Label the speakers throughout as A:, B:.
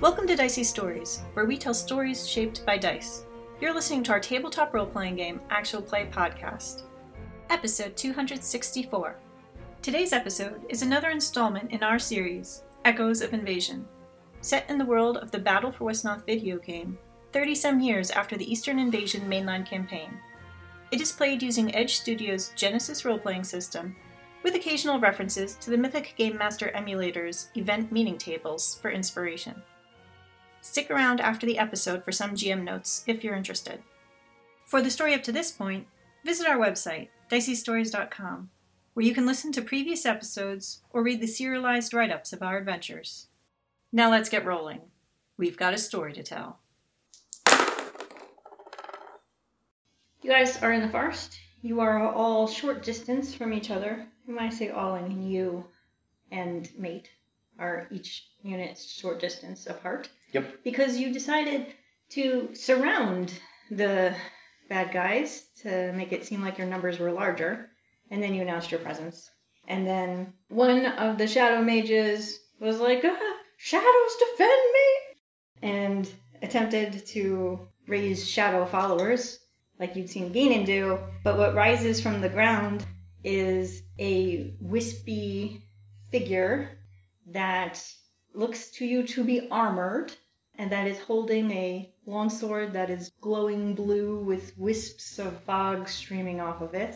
A: Welcome to Dicey Stories, where we tell stories shaped by dice. You're listening to our tabletop role playing game, Actual Play Podcast, episode 264. Today's episode is another installment in our series, Echoes of Invasion. Set in the world of the Battle for Westnoth video game, 30 some years after the Eastern Invasion mainline campaign, it is played using Edge Studios' Genesis role playing system, with occasional references to the Mythic Game Master emulator's event meaning tables for inspiration. Stick around after the episode for some GM notes if you're interested. For the story up to this point, visit our website, diceystories.com, where you can listen to previous episodes or read the serialized write ups of our adventures. Now let's get rolling. We've got a story to tell.
B: You guys are in the forest. You are all short distance from each other. And when I say all, I mean you and mate are each unit short distance apart.
C: Yep.
B: Because you decided to surround the bad guys to make it seem like your numbers were larger, and then you announced your presence. And then one of the shadow mages was like, ah, "Shadows defend me!" and attempted to raise shadow followers like you've seen Ganon do, but what rises from the ground is a wispy figure that looks to you to be armored and that is holding a long sword that is glowing blue with wisps of fog streaming off of it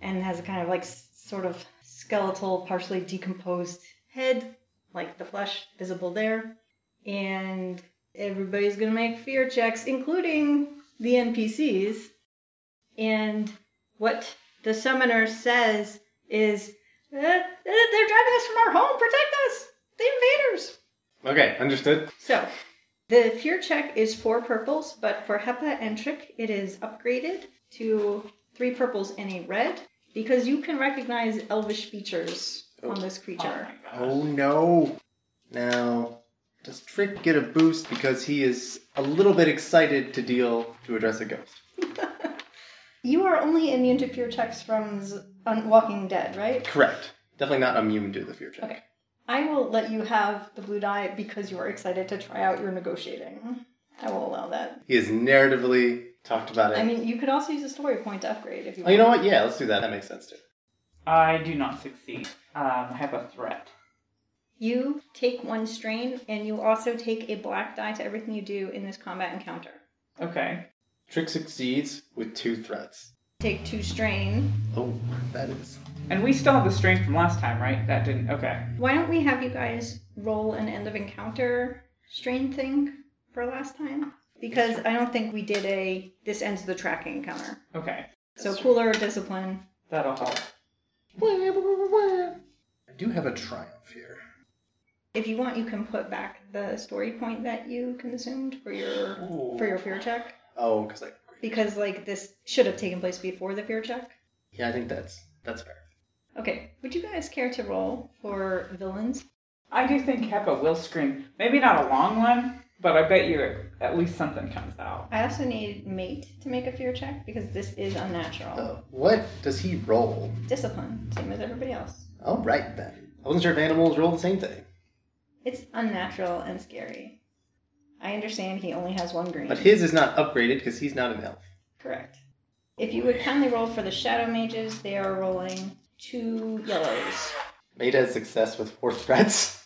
B: and has a kind of like s- sort of skeletal, partially decomposed head, like the flesh visible there. And everybody's gonna make fear checks, including the NPCs. And what the summoner says is, "Uh, uh, they're driving us from our home. Protect us! The invaders!
C: Okay, understood.
B: So, the fear check is four purples, but for Hepa and Trick, it is upgraded to three purples and a red because you can recognize elvish features on this creature.
C: Oh no. Now, does Trick get a boost because he is a little bit excited to deal to address a ghost?
B: you are only immune to fear checks from Z- on Walking Dead, right?
C: Correct. Definitely not immune to the fear check.
B: Okay. I will let you have the blue die because you are excited to try out your negotiating. I will allow that.
C: He has narratively talked about it.
B: I mean, you could also use a story point to upgrade if you
C: oh,
B: want.
C: you know what? Yeah, let's do that. That makes sense too.
D: I do not succeed. Um, I have a threat.
B: You take one strain, and you also take a black die to everything you do in this combat encounter.
D: Okay.
C: Trick succeeds with two threats.
B: Take two strain.
C: Oh, that is.
D: And we still have the strain from last time, right? That didn't. Okay.
B: Why don't we have you guys roll an end of encounter strain thing for last time? Because I don't think we did a this ends the tracking encounter.
D: Okay.
B: So cooler discipline.
D: That'll help.
C: I do have a triumph here.
B: If you want, you can put back the story point that you consumed for your
C: Ooh.
B: for your fear check
C: Oh, because I.
B: because like this should have taken place before the fear check.
C: Yeah, I think that's that's fair.
B: Okay, would you guys care to roll for villains?
D: I do think Hepa will scream. Maybe not a long one, but I bet you at least something comes out.
B: I also need mate to make a fear check because this is unnatural.
C: Uh, what does he roll?
B: Discipline, same as everybody else.
C: All right then. I wasn't sure if animals roll the same thing,
B: It's unnatural and scary. I understand he only has one green.
C: but his is not upgraded because he's not an elf.
B: Correct. If you would kindly roll for the shadow mages, they are rolling two yellows.
C: Made has success with four threats.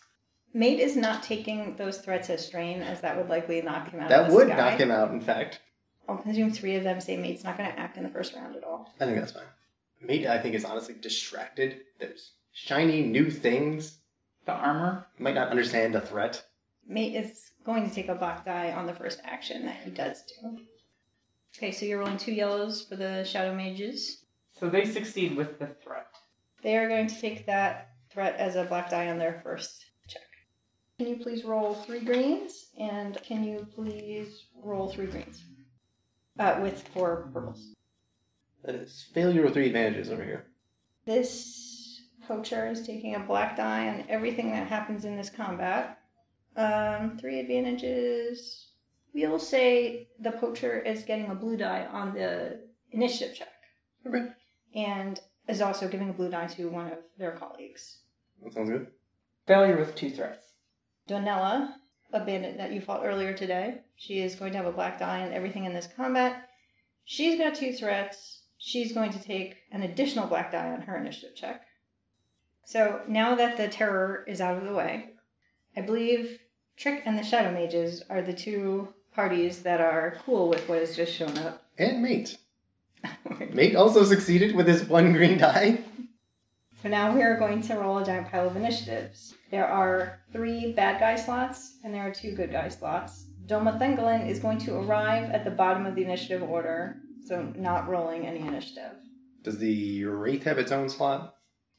B: Mate is not taking those threats as strain, as that would likely knock him out. of
C: That
B: the
C: would
B: sky.
C: knock him out. In fact,
B: I'll presume three of them say mate's not going to act in the first round at all.
C: I think that's fine. Made, I think, is honestly distracted. There's shiny new things.
D: The armor.
C: Might not understand the threat.
B: Mate is going to take a black die on the first action that he does do. Okay, so you're rolling two yellows for the shadow mages.
D: So they succeed with the threat.
B: They are going to take that threat as a black die on their first check. Can you please roll three greens? And can you please roll three greens? Uh, with four purples.
C: That is failure with three advantages over here.
B: This poacher is taking a black die on everything that happens in this combat. Um, three advantages. We'll say the poacher is getting a blue die on the initiative check
C: Okay,
B: and is also giving a blue die to one of their colleagues.
C: that sounds good.
D: Failure with two threats.
B: Donella a bandit that you fought earlier today. She is going to have a black die in everything in this combat. She's got two threats. She's going to take an additional black die on her initiative check. So now that the terror is out of the way, I believe Trick and the Shadow Mages are the two parties that are cool with what has just shown up.
C: And mate. Mate also succeeded with his one green die.
B: So now we are going to roll a giant pile of initiatives. There are three bad guy slots and there are two good guy slots. Doma Thengalen is going to arrive at the bottom of the initiative order, so not rolling any initiative.
C: Does the wraith have its own slot?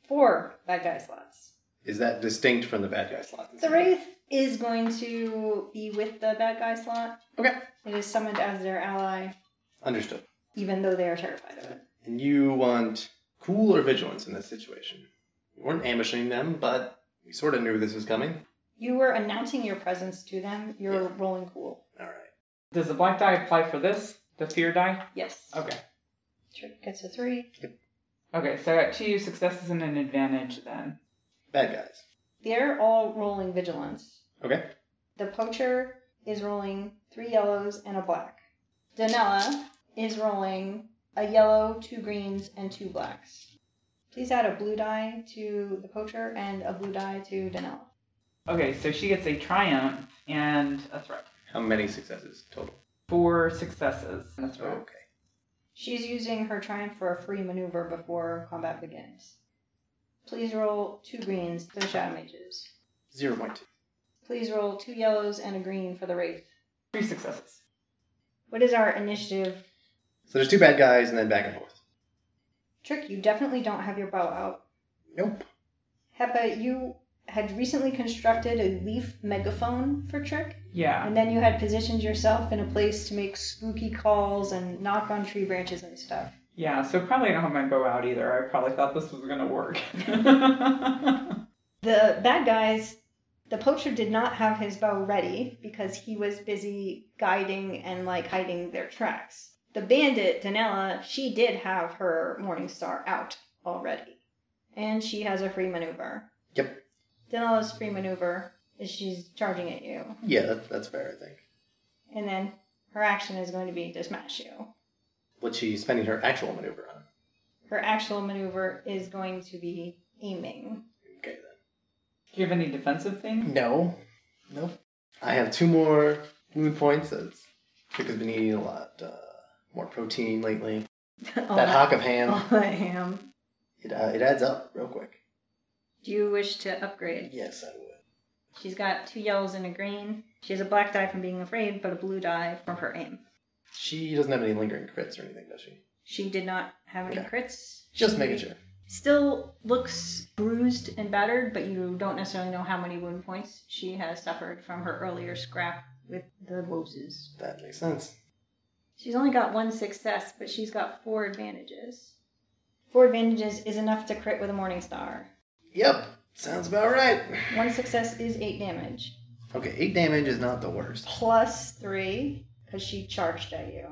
B: Four bad guy slots.
C: Is that distinct from the bad guy slot?
B: The Wraith is going to be with the bad guy slot.
C: Okay.
B: It is summoned as their ally,
C: Understood.
B: even though they are terrified of it.
C: And you want cool or vigilance in this situation. We weren't ambushing them, but we sort of knew this was coming.
B: You were announcing your presence to them. You're rolling cool.
C: All right.
D: Does the black die apply for this? The fear die?
B: Yes.
D: Okay.
B: Trick gets a three.
D: Okay, so I got two successes and an advantage then.
C: Bad guys.
B: They're all rolling vigilance.
C: Okay.
B: The poacher is rolling three yellows and a black. Danella is rolling a yellow, two greens, and two blacks. Please add a blue die to the poacher and a blue die to Danella.
D: Okay, so she gets a triumph and a threat.
C: How many successes total?
D: Four successes and a threat.
C: Okay.
B: She's using her triumph for a free maneuver before combat begins. Please roll two greens to the shadow mages.
C: Zero point two.
B: Please roll two yellows and a green for the wraith.
D: Three successes.
B: What is our initiative?
C: So there's two bad guys and then back and forth.
B: Trick, you definitely don't have your bow out.
C: Nope.
B: Hepa, you had recently constructed a leaf megaphone for Trick,
D: Yeah.
B: and then you had positioned yourself in a place to make spooky calls and knock on tree branches and stuff.
D: Yeah, so probably I don't have my bow out either. I probably thought this was going to work.
B: The bad guys, the poacher did not have his bow ready because he was busy guiding and like hiding their tracks. The bandit, Danella, she did have her Morning Star out already, and she has a free maneuver.
C: Yep.
B: Danella's free maneuver is she's charging at you.
C: Yeah, that, that's fair, I think.
B: And then her action is going to be to smash you.
C: What's she spending her actual maneuver on?
B: Her actual maneuver is going to be aiming.
C: Okay
D: Do you have any defensive thing?
C: then. No. Nope. I have two more moon points. That's because I've been eating a lot uh, more protein lately. that hock of ham.
B: oh, I am.
C: It, uh, it adds up real quick.
B: Do you wish to upgrade?
C: Yes, I would.
B: She's got two yellows and a green. She has a black die from being afraid, but a blue die from her aim.
C: She doesn't have any lingering crits or anything, does she?
B: She did not have any
C: Okay.
B: crits.
C: Just making sure.
B: Still looks bruised and battered, but you don't necessarily know how many wound points she has suffered from her earlier scrap with the Moses.
C: That makes sense.
B: She's only got one success, but she's got four advantages. Four advantages is enough to crit with a Morning Star.
C: Yep. Sounds about right.
B: One success is eight damage.
C: Okay, eight damage is not the worst.
B: Plus three, because she charged at you.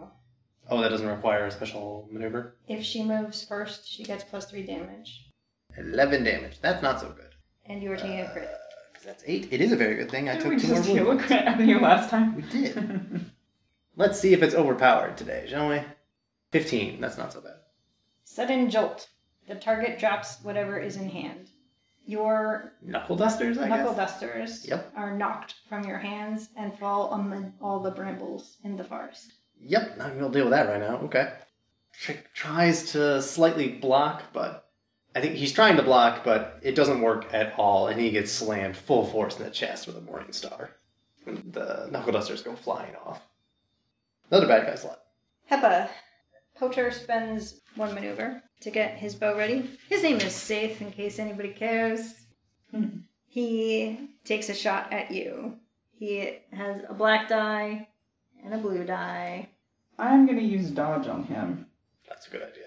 C: Oh, that doesn't require a special maneuver?
B: If she moves first, she gets plus three damage.
C: 11 damage. That's not so good.
B: And you are taking
C: Uh.
B: a crit.
C: 'Cause that's eight. It is a very good thing. I
D: Didn't
C: took
D: we
C: two more
D: just deal
C: wounds.
D: a crit on you last time?
C: We did. Let's see if it's overpowered today, shall we? 15. That's not so bad.
B: Sudden jolt. The target drops whatever is in hand. Your
C: Knuckle dusters, I
B: knuckle
C: guess?
B: dusters
C: Yep.
B: are knocked from your hands and fall among all the brambles in the forest.
C: Yep, not gonna deal with that right now. Okay. Trick tries to slightly block, but I think he's trying to block, but it doesn't work at all, and he gets slammed full force in the chest with a morning star. And the knuckle dusters go flying off. Another bad guy slot.
B: Hepa. Poacher spends one maneuver to get his bow ready. His name is Safe, in case anybody cares.
D: Hmm.
B: he takes a shot at you. He has a black die and a blue die.
D: I'm going to use dodge on him.
C: That's a good idea.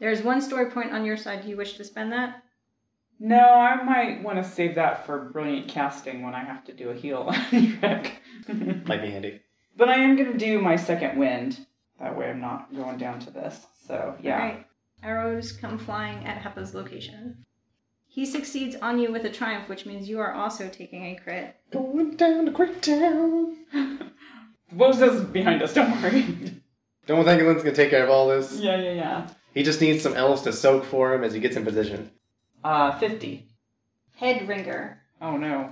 B: There's one story point on your side. Do you wish to spend that?
D: No, I might want to save that for brilliant casting when I have to do a heal on Trek.
C: Might be handy.
D: but I am going to do my second wind. That way I'm not going down to this. So, yeah.
B: Alright. Arrows come flying at Hepa's location. He succeeds on you with a triumph, which means you are also taking a crit.
C: Going down to Quick Town.
D: Woza's behind us, don't worry.
C: Don't think Lynn's gonna take care of all this.
D: yeah, yeah, yeah.
C: He just needs some elves to soak for him as he gets in position.
D: Uh, 50.
B: Head wringer.
D: Oh no.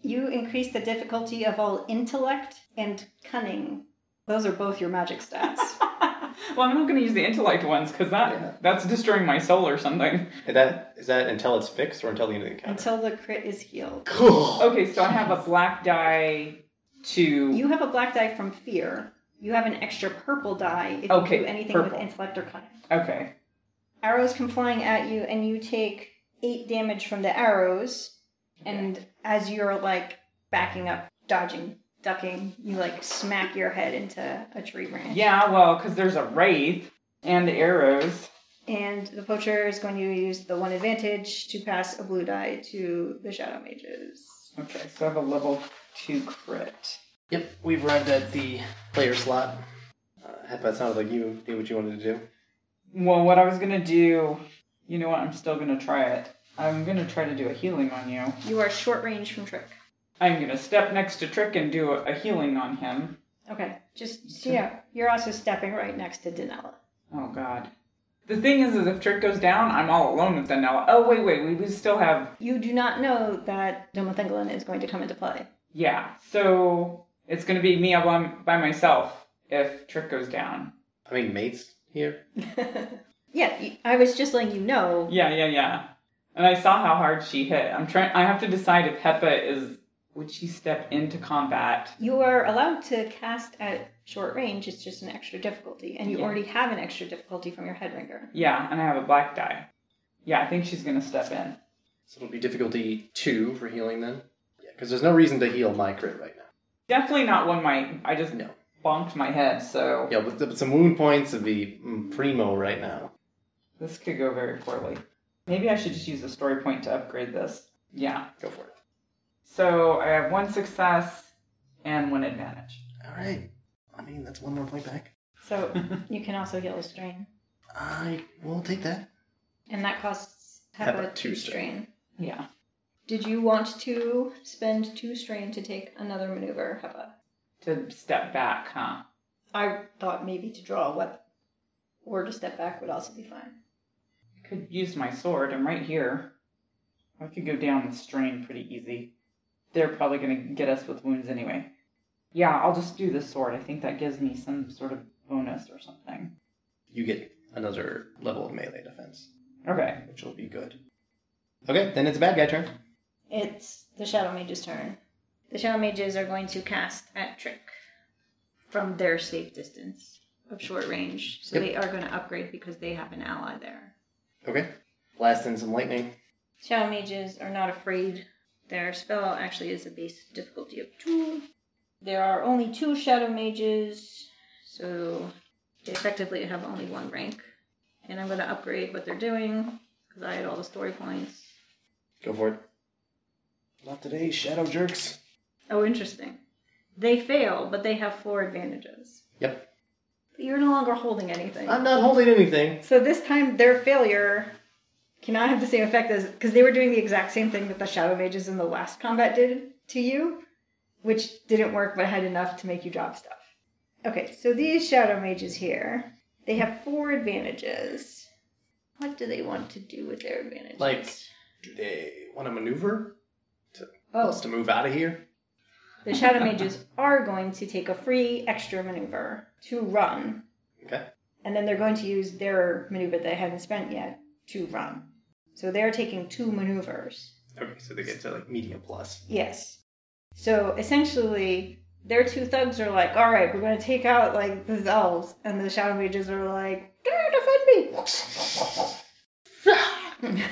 B: You increase the difficulty of all intellect and cunning. Those are both your magic stats.
D: well, I'm not going to use the intellect ones because that
C: Yeah.
D: that's destroying my soul or something.
C: Is that is that until it's fixed or until the end of the encounter?
B: until the crit is healed.
C: Cool.
D: Okay, so I have a black die to.
B: You have a black die from fear. You have an extra purple die if
D: Okay,
B: you do anything
D: purple.
B: with intellect or cunning.
D: okay.
B: Arrows come flying at you, and you take eight damage from the arrows. And as you're like backing up, dodging, ducking, you like smack your head into a tree branch.
D: Yeah, well, because there's a wraith and arrows.
B: And the poacher is going to use the one advantage to pass a blue die to the shadow mages.
D: Okay, so I have a level two crit.
C: Yep, we've arrived at the player slot. Uh, Hepa, it sounded like you did what you wanted to do.
D: Well, what I was gonna do, you know what? I'm still gonna try it. I'm gonna try to do a healing on you.
B: You are short range from trick.
D: I'm gonna step next to Trick and do a, a healing on him.
B: Okay, just so yeah, you're also stepping right next to Danella.
D: Oh God. The thing is, is if Trick goes down, I'm all alone with Danella. Oh wait, wait, we, we still have
B: You do not know that Domothenglin is going to come into play.
D: Yeah, so it's gonna be me all by, by myself if Trick goes down.
C: I mean, mates here.
B: yeah, y- I was just letting you know.
D: Yeah, yeah, yeah. And I saw how hard she hit. I'm trying. I have to decide if Hepa is would she step into combat.
B: You are allowed to cast at short range, it's just an extra difficulty, and you
D: Yeah.
B: already have an extra difficulty from your head ringer.
D: Yeah, and I have a black die. Yeah, I think she's gonna step in.
C: So it'll be difficulty two for healing then. Yeah, because there's no reason to heal my crit right now.
D: Definitely not one my. I just
C: No.
D: bonked my head, so
C: Yeah, but th- some wound points would be mm, primo right now.
D: this could go very poorly. Maybe I should just use a story point to upgrade this. Yeah.
C: Go for it.
D: So I have one success and one advantage.
C: All right. I mean, that's one more point back.
B: So you can also heal a strain,
C: I will take that.
B: and that costs
C: Have
B: Hepa
C: a two strain.
D: Yeah.
B: Did you want to spend two strain to take another maneuver, Hepa?
D: To step back, huh?
B: I thought maybe to draw a weapon or to step back would also be fine.
D: could use my sword. I'm right here. I could go down with strain pretty easy. They're probably going to get us with wounds anyway. Yeah, I'll just do the sword. I think that gives me some sort of bonus or something.
C: You get another level of melee defense,
D: Okay.
C: which will be good. Okay, then it's a bad guy turn.
B: It's the Shadow Mage's turn. The Shadow Mages are going to cast at Trick from their safe distance of short range. So
C: Yep.
B: they are going to upgrade because they have an ally there.
C: Okay. Blast in some lightning.
B: Shadow Mages are not afraid. Their spell actually is a base difficulty of two. There are only two Shadow Mages, so they effectively have only one rank. And I'm going to upgrade what they're doing because I had all the story points.
C: Go for it. Not today, shadow jerks.
B: Oh, interesting. They fail, but they have four advantages.
C: Yep.
B: But you're no longer holding anything.
C: I'm not holding anything.
B: so this time, their failure cannot have the same effect as because they were doing the exact same thing that the shadow mages in the last combat did to you, which didn't work, but had enough to make you drop stuff. Okay, so these shadow mages here, they have four advantages. What do they want to do with their advantages?
C: Like, do they want to maneuver?
B: oh,
C: Us to move out of here?
B: The Shadow Mages are going to take a free extra maneuver to run.
C: Okay.
B: And then they're going to use their maneuver they haven't spent yet to run. So they're taking two maneuvers.
C: Okay, so they get to like medium plus.
B: Yes. So essentially, their two thugs are like, all right, we're going to take out like the elves. And the Shadow Mages are like, "Ah, defend me.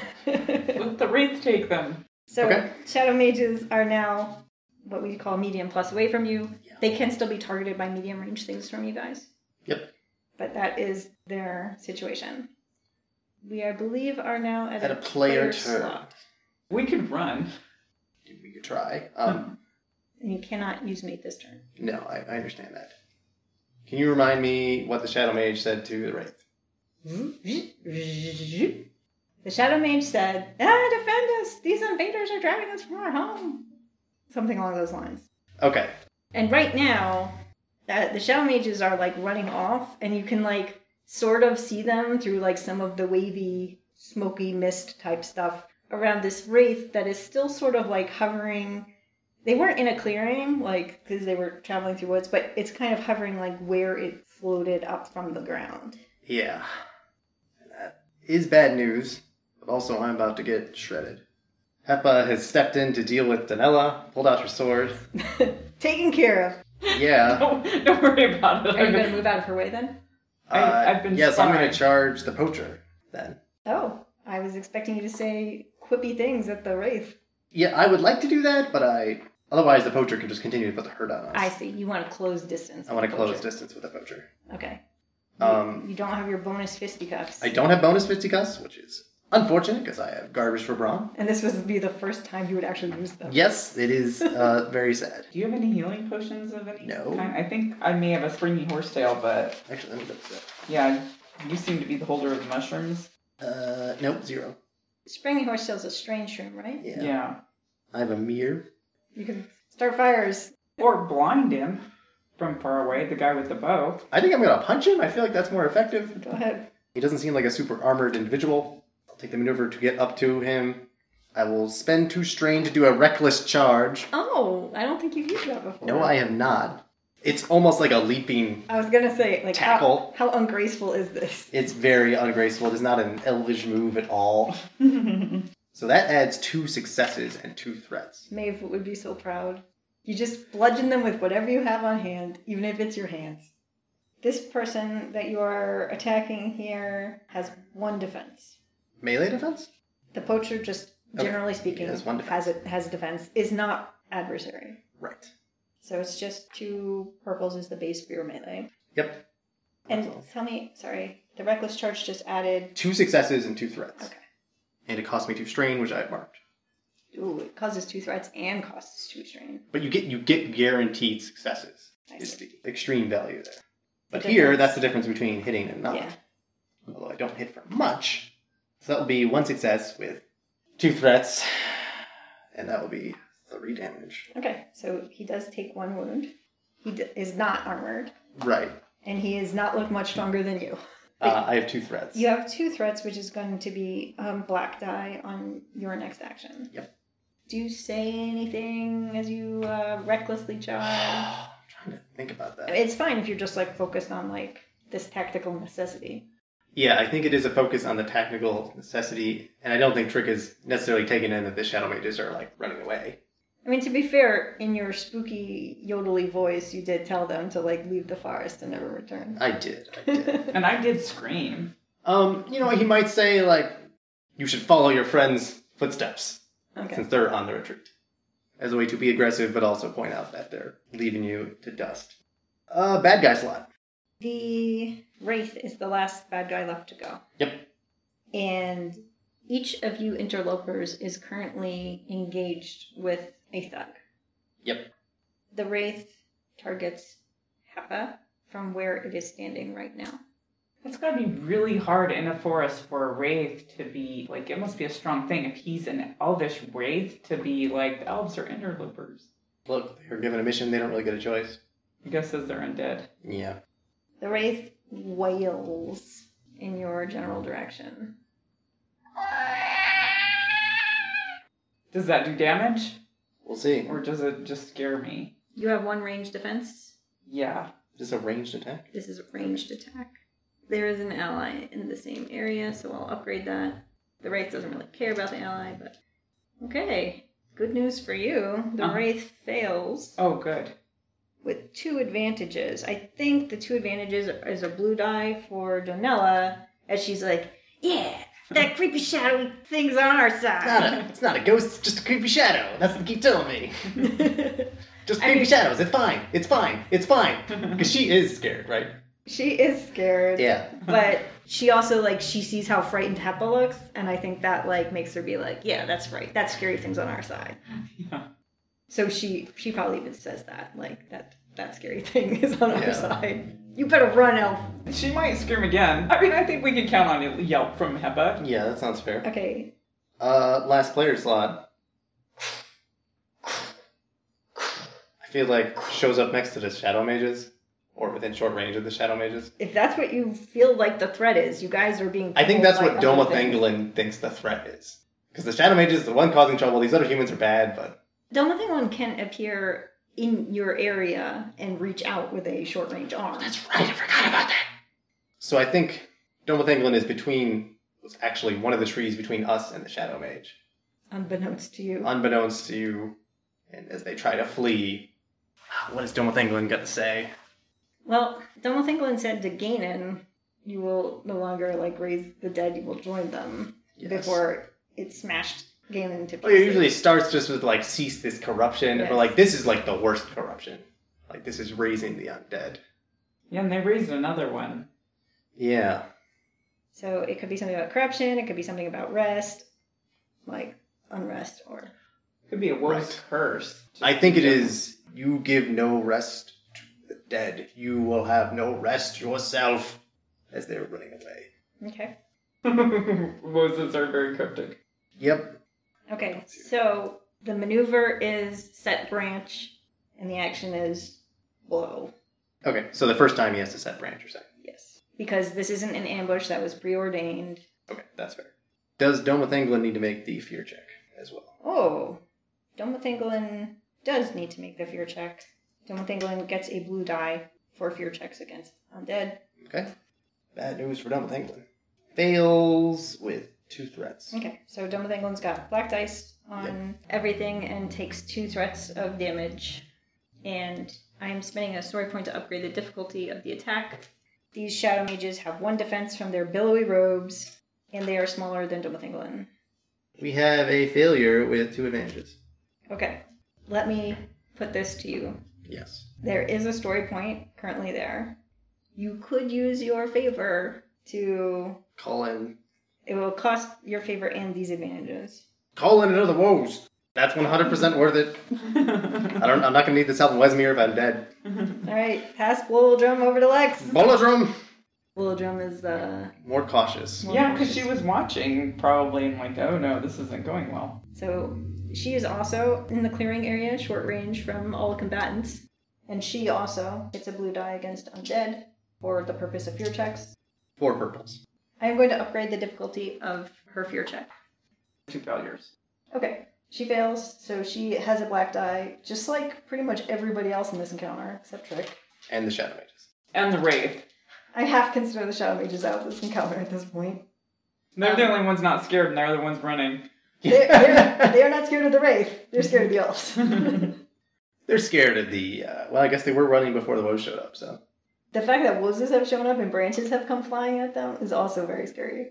D: Let the wraith take them.
B: So
C: Okay.
B: shadow mages are now what we call medium plus away from you.
C: Yeah.
B: They can still be targeted by medium range things from you guys.
C: Yep.
B: But that is their situation. We, I believe, are now at,
C: At a player turn.
B: slot,
D: We could run.
C: We could try. Um,
B: and you cannot use mate this turn.
D: Hmm.
C: no, I, I understand that. Can you remind me what the shadow mage said to the wraith?
B: The Shadow Mage said, Ah, defend us! These invaders are driving us from our home. Something along those lines.
C: Okay.
B: And right now, that the Shadow Mages are like running off, and you can like sort of see them through like some of the wavy, smoky mist type stuff around this wraith that is still sort of like hovering. They weren't in a clearing, like, because they were traveling through woods, but it's kind of hovering like where it floated up from the ground.
C: Yeah. That is bad news, but also I'm about to get shredded. Hepa has stepped in to deal with Danella, pulled out her sword.
B: Taken care of.
C: Yeah.
D: Don't, don't worry about it.
B: Are you going to move out of her way then?
D: I-
C: uh,
D: I've been
C: yes, I'm going
D: spied.
C: to charge the poacher then.
B: Oh, I was expecting you to say quippy things at the wraith.
C: Yeah, I would like to do that, but I. Otherwise, the poacher can just continue to put the hurt on us.
B: I see. You want to close distance.
C: I want
B: with
C: to
B: the
C: close
B: poacher.
C: distance with the poacher.
B: Okay. You-
C: Um,
B: you don't have your bonus fisticuffs.
C: I don't have bonus fisticuffs, which is unfortunate because I have garbage for brawn.
B: And this would be the first time you would actually use them.
C: Yes, it is uh, very sad.
D: Do you have any healing potions of any
C: No.
D: kind? I think I may have a springy horsetail, but
C: Actually, let me double check.
D: yeah, you seem to be the holder of the mushrooms.
C: Uh, nope, zero.
B: Springy horse tail's a strange room, right?
C: Yeah.
D: yeah.
C: I have a mirror.
B: You can start fires.
D: Or blind him from far away, the guy with the bow.
C: I think I'm gonna punch him. I feel like that's more effective.
B: Go ahead.
C: He doesn't seem like a super armored individual. I'll take the maneuver to get up to him. I will spend two strain to do a reckless charge.
B: Oh, I don't think you've used that before.
C: No, I have not. It's almost like a leaping.
B: I was gonna say like
C: Tackle.
B: How, how ungraceful is this?
C: It's very ungraceful. It is not an elvish move at all.
D: That's
C: So that adds two successes and two threats.
B: Maeve would be so proud. You just bludgeon them with whatever you have on hand, even if it's your hands. This person that you are attacking here has one defense.
C: Melee defense?
B: The poacher, just
C: Okay.
B: generally speaking,
C: He has one
B: has a has a defense. Is not adversary.
C: Right.
B: So it's just two purples is the base for your melee.
C: Yep.
B: And tell me, sorry, the reckless charge just added.
C: Two successes and two threats.
B: Okay.
C: And it cost me two strain, which I have marked.
B: Ooh, it causes two threats and costs two strain.
C: But you get you get guaranteed successes.
B: I
C: Is
B: see.
C: the extreme value there. But
B: The
C: here,
B: difference-
C: that's the difference between hitting and not.
B: Yeah.
C: Although I don't hit for much. So that will be one success with two threats. And that will be three damage.
B: Okay, so he does take one wound. He d- is not armored,
C: Right.
B: and he is not look much stronger than you.
C: Uh, I have two threats.
B: You have two threats, which is going to be um, black die on your next action.
C: Yep.
B: Do you say anything as you uh, recklessly charge?
C: I'm trying to think about that.
B: It's fine if you're just like focused on like this tactical necessity.
C: Yeah, I think it is a focus on the technical necessity, and I don't think Trick is necessarily taken in that the Shadow Mages are like running away.
B: I mean, to be fair, in your spooky yodely voice, you did tell them to like leave the forest and never return.
C: I did, I did.
D: And I did scream.
C: um, you know, he might say like, you should follow your friend's footsteps
B: okay.
C: since they're on the retreat, as a way to be aggressive, but also point out that they're leaving you to dust. Uh, bad guy slot.
B: The wraith is the last bad guy left to go.
C: Yep.
B: And each of you interlopers is currently engaged with a thug.
C: Yep.
B: The wraith targets Hapa from where it is standing right now.
D: That's gotta be really hard in a forest for a wraith to be like. It must be a strong thing if he's an elvish wraith to be like the elves are interlopers.
C: Look, they're given a mission; they don't really get a choice.
D: I guess as they're undead.
C: Yeah.
B: The wraith wails in your general direction.
D: Does that do damage,
C: We'll see.
D: or does it just scare me?
B: You have one range defense.
D: Yeah.
C: Is this a ranged attack?
B: This is a ranged attack. There is an ally in the same area, so I'll upgrade that. The Wraith doesn't really care about the ally, but. Okay, good news for you. The
D: Uh-huh.
B: Wraith fails
D: Oh, good.
B: with two advantages. I think the two advantages is a blue die for Donella, as she's like, yeah, that creepy shadowy thing's on our
C: It's not
B: side.
C: a, it's not a ghost. It's just a creepy shadow. That's what they keep telling me. Just
B: I
C: creepy
B: mean-
C: shadows. It's fine. It's fine. It's fine. Because she is scared, right?
B: she is scared.
C: Yeah.
B: but she also like she sees how frightened Hepa looks, and I think that like makes her be like, yeah, that's right, that scary thing's on our side.
D: Yeah.
B: So she she probably even says that like that that scary thing is on
C: Yeah.
B: our side. You better run, elf.
D: She might scream again. I mean, I think we can count on a yelp from Heppa.
C: Yeah, that sounds fair.
B: Okay.
C: Uh, last player slot. I feel like shows up next to the shadow mages, or within short range of the shadow mages.
B: If that's what you feel like the threat is, you guys are being.
C: I think
B: pulled
C: that's
B: by
C: what Doma
B: other things.
C: Thangolin thinks the threat is, because the shadow mages is the one causing trouble. These other humans are bad, but
B: Doma Thangolin can appear in your area and reach out with a short range arm.
C: right. I forgot about that. So I think Doma Thangolin is between. Was actually one of the trees between us and the shadow mage.
B: unbeknownst to you.
C: unbeknownst to you, and as they try to flee, what is Domoth England gonna say?
B: Well, Donald England said to Ganon, you will no longer like raise the dead, you will join them before it smashed Ganon to pieces.
C: Well, Oh, it usually starts just with like cease this corruption,
B: Yes.
C: or like this is like the worst corruption. Like this is raising the undead.
D: Yeah, and they raised another one.
C: Yeah.
B: So it could be something about corruption, it could be something about rest, like unrest or
D: Could be a worse
C: Right.
D: curse.
C: I think it is you give no rest to the dead. You will have no rest yourself as they're running away.
B: Okay.
D: Moses are very cryptic.
C: Yep.
B: Okay. So the maneuver is set branch and the action is blow.
C: Okay, so the first time he has to set branch or something.
B: Yes. Because this isn't an ambush that was preordained.
C: Okay, that's fair. Does Domoth England need to make the fear check as well?
B: Oh, Domothangolin does need to make the fear check. Domothangolin gets a blue die for fear checks against undead.
C: Okay. Bad news for Dumb England. Fails with two threats.
B: Okay, so Domothangolin's got black dice on everything and takes two threats of damage. And I'm spending a story point to upgrade the difficulty of the attack. These shadow mages have one defense from their billowy robes, and they are smaller than Domothangolin.
C: We have a failure with two advantages.
B: Okay, let me put this to you.
C: Yes.
B: There is a story point currently there. You could use your favor to.
C: Call in.
B: It will cost your favor and these advantages.
C: Call in another woes. That's 100% worth it. I don't. I'm not gonna need this help in Wesmere if I'm dead.
B: All right, pass Blow Drum over to Lex.
C: Bolodrum.
B: Blow Drum is uh,
C: More cautious.
D: Yeah, because she was watching probably and like, oh no, this isn't going well.
B: so she is also in the clearing area, short range from all combatants, and she also gets a blue die against undead for the purpose of fear checks.
C: Four purples.
B: I am going to upgrade the difficulty of her fear check.
D: Two failures.
B: Okay. She fails, so she has a black die, just like pretty much everybody else in this encounter, except Trick.
C: And the shadow mages.
D: And the wraith.
B: I have considered the Shadow Mages out of this encounter at this point.
D: They're the
B: Um,
D: only ones not scared and they're the ones running.
B: They're, they're, they're not scared of the Wraith, they're scared of the elves. the
C: They're scared of the. Uh, well, I guess they were running before the woes showed up. So
B: fact that wozes have shown up and branches have come flying at them is also very scary.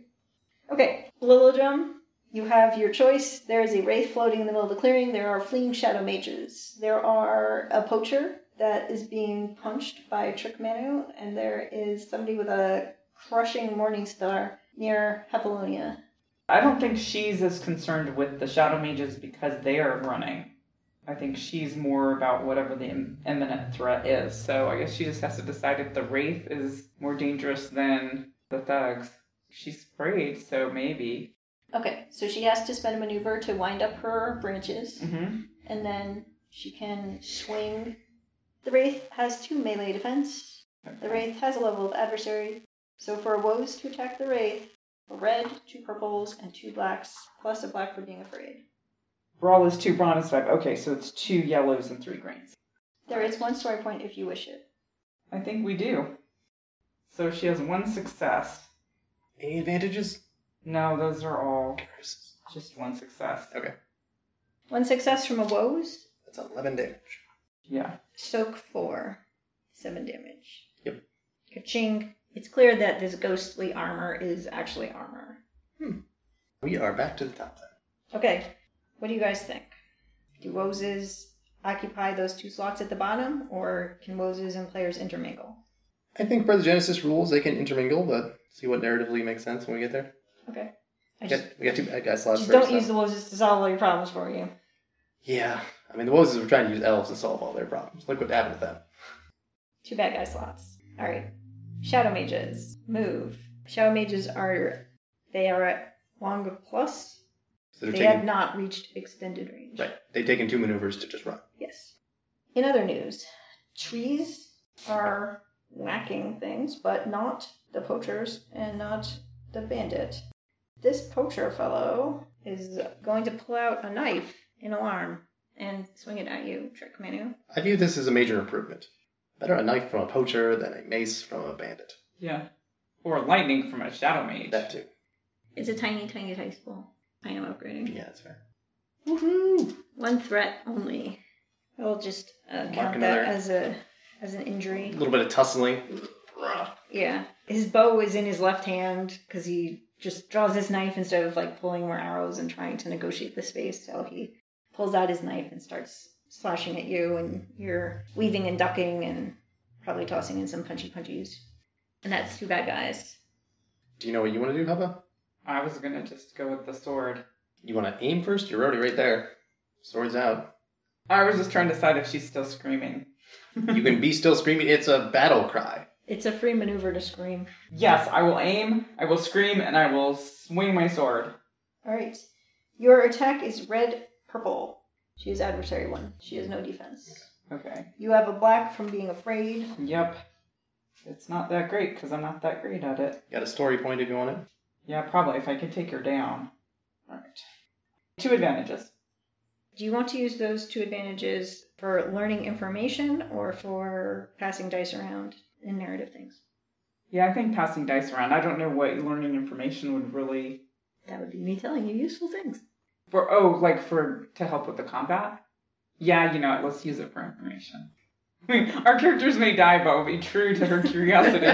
B: Okay, Lilodrum, you have your choice. There is a Wraith floating in the middle of the clearing, there are fleeing Shadow Mages, there are a poacher that is being punched by Trick Manu, and there is somebody with a crushing Morning Star near Hepalonia.
D: I don't think she's as concerned with the shadow mages because they are running. I think she's more about whatever the im- imminent threat is. So I guess she just has to decide if the wraith is more dangerous than the thugs. She's afraid, so maybe.
B: Okay, so she has to spend a maneuver to wind up her branches,
D: hmm
B: and then she can swing. The Wraith has two melee defense. The Wraith has a level of adversary. So for woes to attack the Wraith, a red, two purples, and two blacks, plus a black for being afraid.
D: Brawl is two bronze five. Okay, so it's two yellows and three greens.
B: There is one story point if you wish it.
D: I think we do. So she has one success.
C: any advantages?
D: No, those are all just one success.
C: Okay,
B: One success from a woes,
C: that's 11 damage.
D: Yeah.
B: soak four, seven damage.
C: Yep.
B: Ka-ching. It's clear that this ghostly armor is actually armor.
C: We are back to the top then.
B: Okay, what do you guys think? Do Woses occupy those two slots at the bottom, or can Woses and players intermingle?
C: I think for the Genesis rules, they can intermingle, but see what narratively makes sense when we get there.
B: Okay. I
C: We
B: just,
C: got, we got two bad guys left.
B: just don't use the Woses to solve all your problems for you.
C: Yeah, I mean the Woses were trying to use elves to solve all their problems. Look what happened to them.
B: Two bad guy slots. All right. Shadow mages move. Shadow mages are they are at long plus.
C: So they're
B: They
C: taking
B: have not reached extended range.
C: right. They've taken two maneuvers to just run.
B: Yes. In other news, trees are whacking things, but not the poachers and not the bandit. This poacher fellow is going to pull out a knife in alarm and swing it at you, Trick Manu.
C: I view this as a major improvement. Better a knife from a poacher than a mace from a bandit.
D: Yeah. Or lightning from a shadow mage.
C: That too.
B: It's a tiny, tiny dice ball. I am upgrading.
C: Yeah, that's fair.
B: Woohoo! One threat only. I will just uh,
C: Mark
B: count
C: another.
B: that as a as an injury.
C: A little bit of tussling. Rough.
B: Yeah. His bow is in his left hand because he just draws his knife instead of like pulling more arrows and trying to negotiate the space. So he pulls out his knife and starts slashing at you, and you're weaving and ducking and probably tossing in some punchy punchies. And that's two bad guys.
C: Do you know what you want to do, Hubba?
D: I was gonna just go with the sword.
C: You want to aim first? You're already right there. Swords out.
D: I was just trying to decide if she's still screaming.
C: You can be still screaming. It's a battle cry.
B: It's a free maneuver to scream.
D: Yes, I will aim, I will scream, and I will swing my sword.
B: All right. Your attack is red purple. She is adversary one. She has no defense.
D: Okay.
B: You have a black from being afraid.
D: Yep. It's not that great because I'm not that great at it.
C: Got a story point to go on it.
D: Yeah, probably if I could take her down. Alright. Two advantages.
B: Do you want to use those two advantages for learning information or for passing dice around in narrative things?
D: Yeah, I think passing dice around. I don't know what learning information would really
B: That would be me telling you useful things.
D: for oh, like for to help with the combat? Yeah, you know what, let's use it for information. Our characters may die, but we'll be true to her curiosity.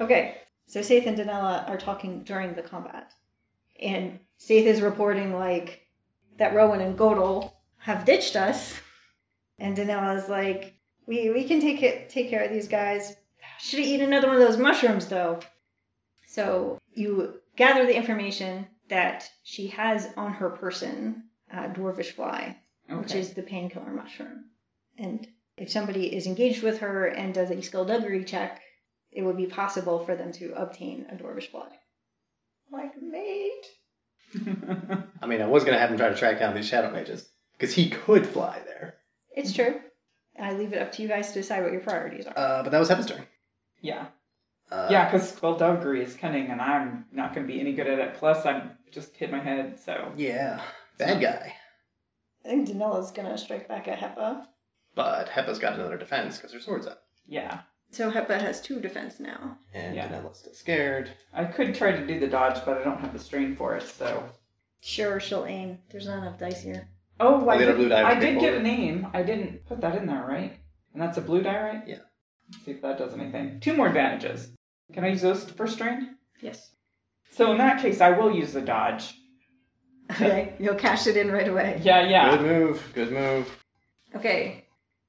B: Okay, so Saith and Danella are talking during the combat. And Saith is reporting, like, that Rowan and Godel have ditched us. And Danella's like, we, we can take, it, take care of these guys. Should have eaten another one of those mushrooms, though. So you gather the information that she has on her person uh, dwarvish fly, which
D: okay.
B: is the painkiller mushroom. And if somebody is engaged with her and does a skullduggery check, it would be possible for them to obtain a dwarvish fly. Like mate.
C: I mean, I was gonna have him try to track down these shadow mages because he could fly there.
B: It's true. I leave it up to you guys to decide what your priorities are.
C: Uh, but that was Hubba's turn.
D: yeah.
C: Uh,
D: Yeah, because Skullduggery is cunning, and I'm not going to be any good at it. Plus, I just hit my head, so.
C: Yeah. Bad guy.
B: I think Danella's gonna strike back at Hepa.
C: But Hepa's got another defense because her sword's up.
D: Yeah.
B: So Hepa has two defense now.
C: And
D: Yeah.
C: Danella's still scared.
D: I could try to do the dodge, but I don't have the strain for it, so.
B: Sure, she'll aim. There's not enough dice here.
D: Oh, I
C: they got a
D: did,
C: blue die
D: I
C: for
D: did
C: people.
D: get a name. I didn't put that in there, right? And that's a blue die, right?
C: Yeah.
D: Let's see if that does anything. Two more advantages. Can I use those for strain?
B: Yes.
D: So, in that case, I will use the dodge.
B: Okay, you'll cash it in right away.
D: Yeah, yeah.
C: Good move. Good move.
B: Okay.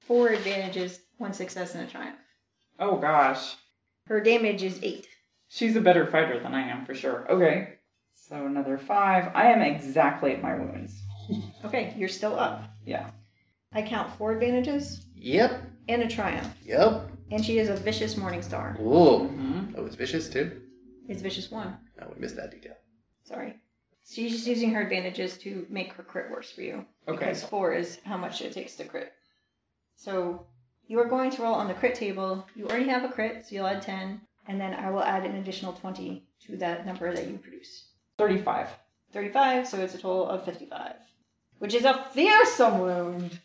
B: Four advantages, one success, and a triumph.
D: Oh, gosh.
B: Her damage is eight.
D: She's a better fighter than I am, for sure. Okay. So, another five. I am exactly at my wounds.
B: Okay, you're still up.
D: Yeah.
B: I count four advantages
C: Yep.
B: and a triumph.
C: Yep.
B: And she is a vicious morning star.
C: Ooh.
D: Mm-hmm.
C: Oh, it's vicious too.
B: It's vicious one.
C: Oh, we missed that detail.
B: Sorry. She's just using her advantages to make her crit worse for you.
D: Okay.
B: Because four is how much it takes to crit. So you are going to roll on the crit table. You already have a crit, so you'll add 10. And then I will add an additional 20 to that number that you produce.
D: 35.
B: 35, so it's a total of 55. Which is a fearsome wound.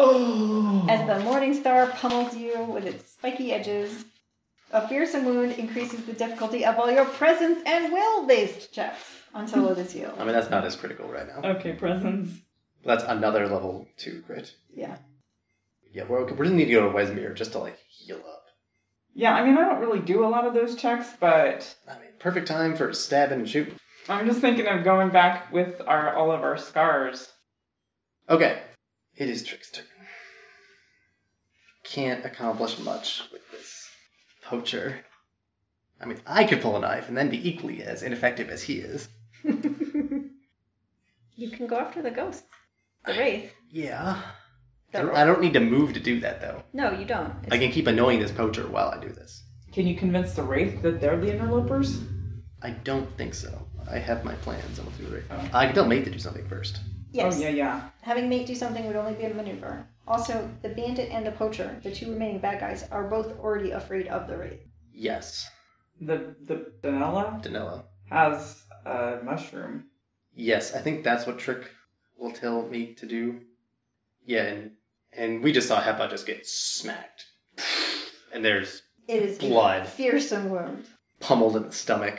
C: Oh.
B: As the Morning Star pummels you with its spiky edges, a fearsome wound increases the difficulty of all your presence and will based checks until it is
C: I
B: healed.
C: mean, that's not as critical right now.
D: Okay, presents.
C: But that's another level two crit.
B: Yeah.
C: Yeah, we're, we're gonna need to go to Wesmere just to like heal up.
D: Yeah, I mean, I don't really do a lot of those checks, but
C: I mean, perfect time for stabbing and shooting.
D: I'm just thinking of going back with our all of our scars.
C: Okay, it is Trick's turn. Can't accomplish much with this poacher. I mean, I could pull a knife and then be equally as ineffective as he is.
B: you can go after the ghost, the wraith.
C: Yeah, I don't, I don't need to move to do that though.
E: No, you don't. It's-
C: I can keep annoying this poacher while I do this.
D: Can you convince the Wraith that they're the interlopers? Oh,
C: I don't think so. I have my plans. I'm gonna do it right.
D: Oh.
C: I can tell Mate to do something first.
D: Oh,
B: Yes.
D: yeah, yeah.
B: Having mate do something would only be a maneuver. Also, the bandit and the poacher, the two remaining bad guys, are both already afraid of the wraith.
C: Yes,
D: The, the Danella
C: Danella.
D: has a mushroom.
C: Yes, I think that's what Trick will tell me to do. Yeah, and and we just saw Hepa just get smacked, and there's
B: It is a
C: blood
B: fearsome wound.
C: pummeled in the stomach.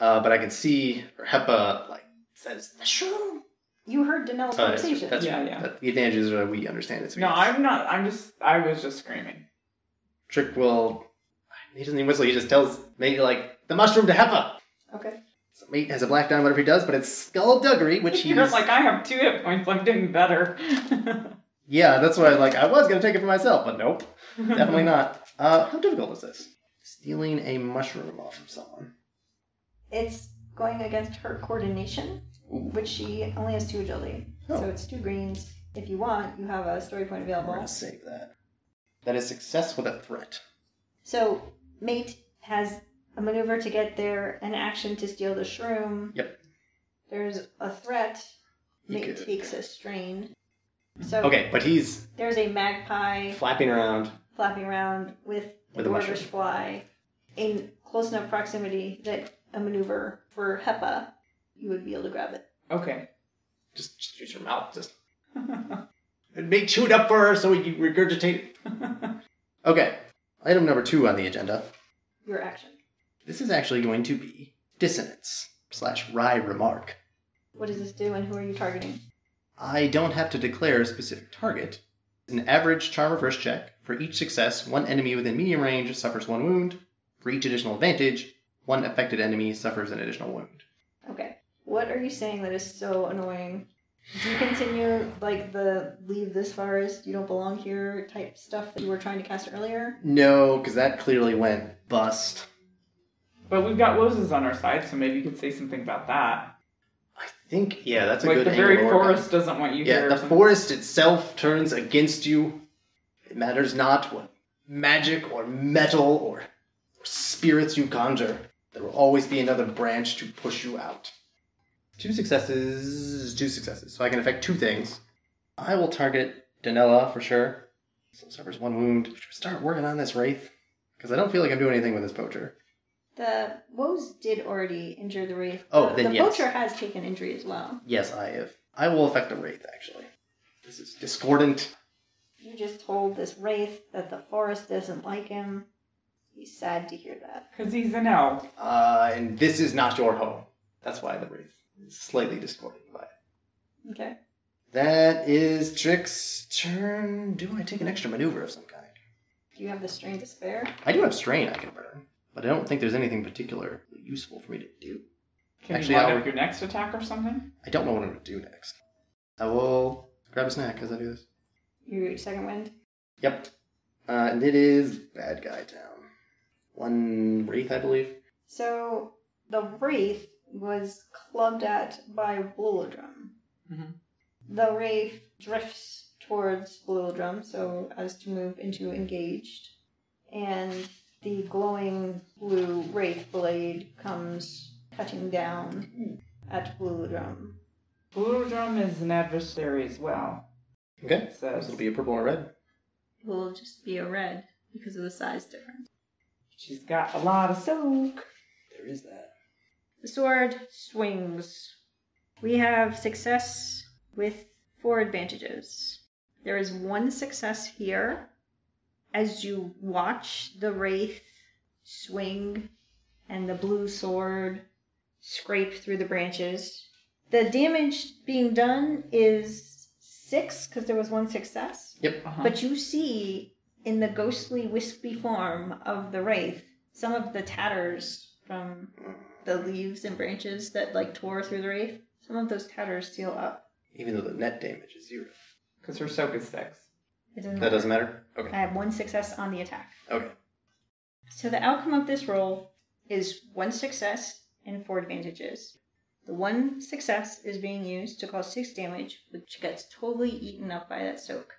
C: Uh, but I can see Hepa like says mushroom.
B: You heard Danelle's
C: Uh,
B: conversation.
C: that's
D: Yeah,
C: right.
D: yeah.
C: That- the advantages are we understand it. so we
D: No,
C: can-
D: I'm not. I'm just. I was just screaming.
C: Trick will. He doesn't even whistle. He just tells Mate like the mushroom to Hepa.
B: Okay.
C: So Mate has a black dime, whatever he does, but it's skullduggery, which he's
D: You're like, I have two hit points. I'm doing better.
C: yeah. That's why like I was gonna take it for myself, but nope. Definitely not. Uh, how difficult is this? Stealing a mushroom off of someone.
B: It's going against her coordination,
C: Ooh.
B: which she only has two agility.
C: Oh.
B: So it's two greens. If you want, you have a story point
C: I'm
B: available.
C: gonna save that. That is success with a threat.
B: So mate has a maneuver to get there, an action to steal the shroom.
C: Yep.
B: There's a threat.
C: He
B: Mate
C: could-
B: takes a strain. So
C: Okay, but he's
B: there's a magpie
C: flapping around.
B: flapping around with a
C: With a
B: dwarfish
C: mushroom.
B: fly in close enough proximity that a maneuver for HEPA, you would be able to grab it.
D: okay.
C: Just, just use your mouth. Just and Mate chewed up for her, so he can regurgitate. Okay, item number two on the agenda.
B: Your action.
C: This is actually going to be dissonance slash wry remark.
B: What does this do and who are you targeting?
C: I don't have to declare a specific target. An average charm reverse check. For each success, one enemy within medium range suffers one wound. For each additional advantage, one affected enemy suffers an additional wound.
B: Okay. What are you saying that is so annoying? Do you continue like the leave this forest, you don't belong here type stuff that you were trying to cast earlier?
C: No, because that clearly went bust.
D: But we've got Woses on our side, so maybe you could say something about that.
C: I think, yeah, that's a
D: like
C: good
D: the
C: angle
D: very
C: to work on.
D: forest doesn't want you
C: Yeah,
D: here.
C: the
D: or something.
C: forest itself turns against you. It matters not what magic or metal or spirits you conjure. There will always be another branch to push you out. Two successes, two successes. So I can affect two things. I will target Danella for sure. So suffers one wound. Should we start working on this wraith? Because I don't feel like I'm doing anything with this poacher.
B: The woes did already injure the wraith.
C: Oh,
B: the,
C: then
B: the
C: yes.
B: poacher has taken injury as well.
C: Yes, I have. I will affect the wraith actually. This is discordant.
B: You just told this wraith that the forest doesn't like him. He's sad to hear that.
D: Because he's an elf.
C: Uh, and this is not your home. That's why the wreath is slightly discordant by it.
B: Okay.
C: That is Trick's turn. Do I take an extra maneuver of some kind?
B: Do you have the string to spare?
C: I do have strain I can burn, but I don't think there's anything particularly useful for me to do.
D: Can
C: Actually,
D: you line
C: I'll-
D: up your next attack or something?
C: I don't know what I'm going to do next. I will grab a snack as I do this.
B: Your second wind?
C: Yep. Uh, and it is Bad Guy Town. One wreath, I believe.
B: So the wraith was clubbed at by Woolodrum.
D: Mhm.
B: The wraith drifts towards Woolodrum so as to move into engaged, and the glowing blue wraith blade comes cutting down at Woolodrum.
D: Blue drum is an adversary as well.
C: Okay.
D: It
C: So
D: says
C: it'll be a purple and a red.
B: Will just be a red because of the size difference.
D: she's got a lot of soak.
C: There is that.
B: The sword swings. We have success with four advantages. There is one success here as you watch the wraith swing and the blue sword scrape through the branches. The damage being done is six because there was one success.
D: Uh-huh.
B: But you see in the ghostly, wispy form of the wraith some of the tatters from the leaves and branches that like tore through the wraith. Some of those tatters seal up.
C: Even though the net damage is zero.
D: Because her soak is six.
B: It doesn't
C: That
B: matter.
C: doesn't matter? Okay.
B: I have one success on the attack.
C: Okay.
B: So the outcome of this roll is one success and four advantages. The one success is being used to cause six damage, which gets totally eaten up by that soak.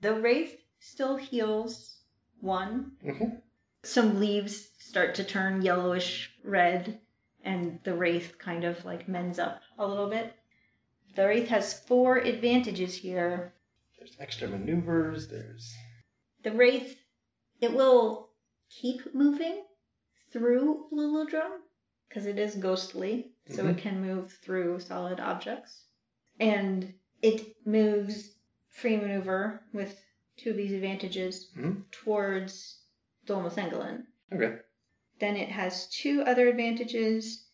B: The wraith still heals one.
C: Mhm.
B: Some leaves start to turn yellowish red, and the wraith kind of like mends up a little bit. The wraith has four advantages here.
C: There's extra maneuvers. There's
B: the wraith it will keep moving through Lulu Drum because it is ghostly, so it can move through solid objects, and it moves free maneuver with two of these advantages
C: Mhm.
B: towards Dolmus Engelen.
C: okay.
B: Then it has two other advantages,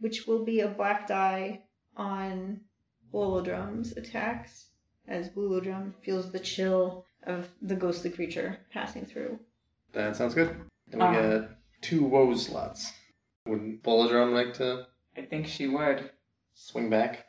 B: which will be a black die on Wolodrum's attacks, as Wolodrum feels the chill of the ghostly creature passing through.
C: That sounds good. And we
D: Um.
C: get two woe slots. Would Bolodrum like to
D: I think she would.
C: swing back?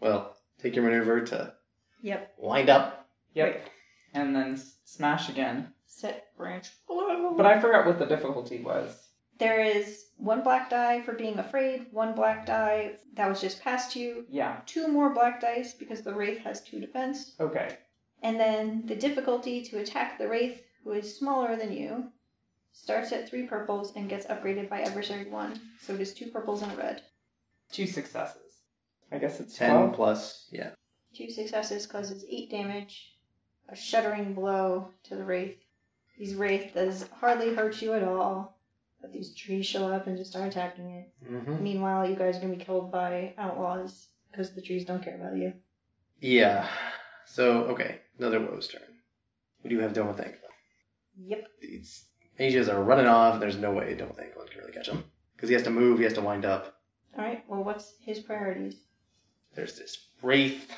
C: Well, take your maneuver to
B: Yep.
C: wind up.
D: Yep. And then s- smash again.
B: Set branch.
D: But I forgot what the difficulty was.
B: There is one black die for being afraid, one black die that was just past you,
D: Yeah.
B: two more black dice because the wraith has two defense,
D: Okay.
B: And then the difficulty to attack the Wraith, who is smaller than you, starts at three purples and gets upgraded by adversary one. So it is two purples and a red.
D: Two successes. I guess it's
C: Ten
D: 12.
C: plus, yeah.
B: Two successes causes eight damage, a shuddering blow to the Wraith. These Wraith does hardly hurt you at all, but these trees show up and just start attacking it.
C: Mm-hmm.
B: Meanwhile, you guys are gonna be killed by outlaws because the trees don't care about you.
C: Yeah. So okay, another woe's turn. We do have Don't Think.
B: Yep.
C: These mages are running off, and there's no way Don't Think one can really catch him because he has to move. He has to wind up.
B: All right. Well, what's his priorities?
C: There's this wraith.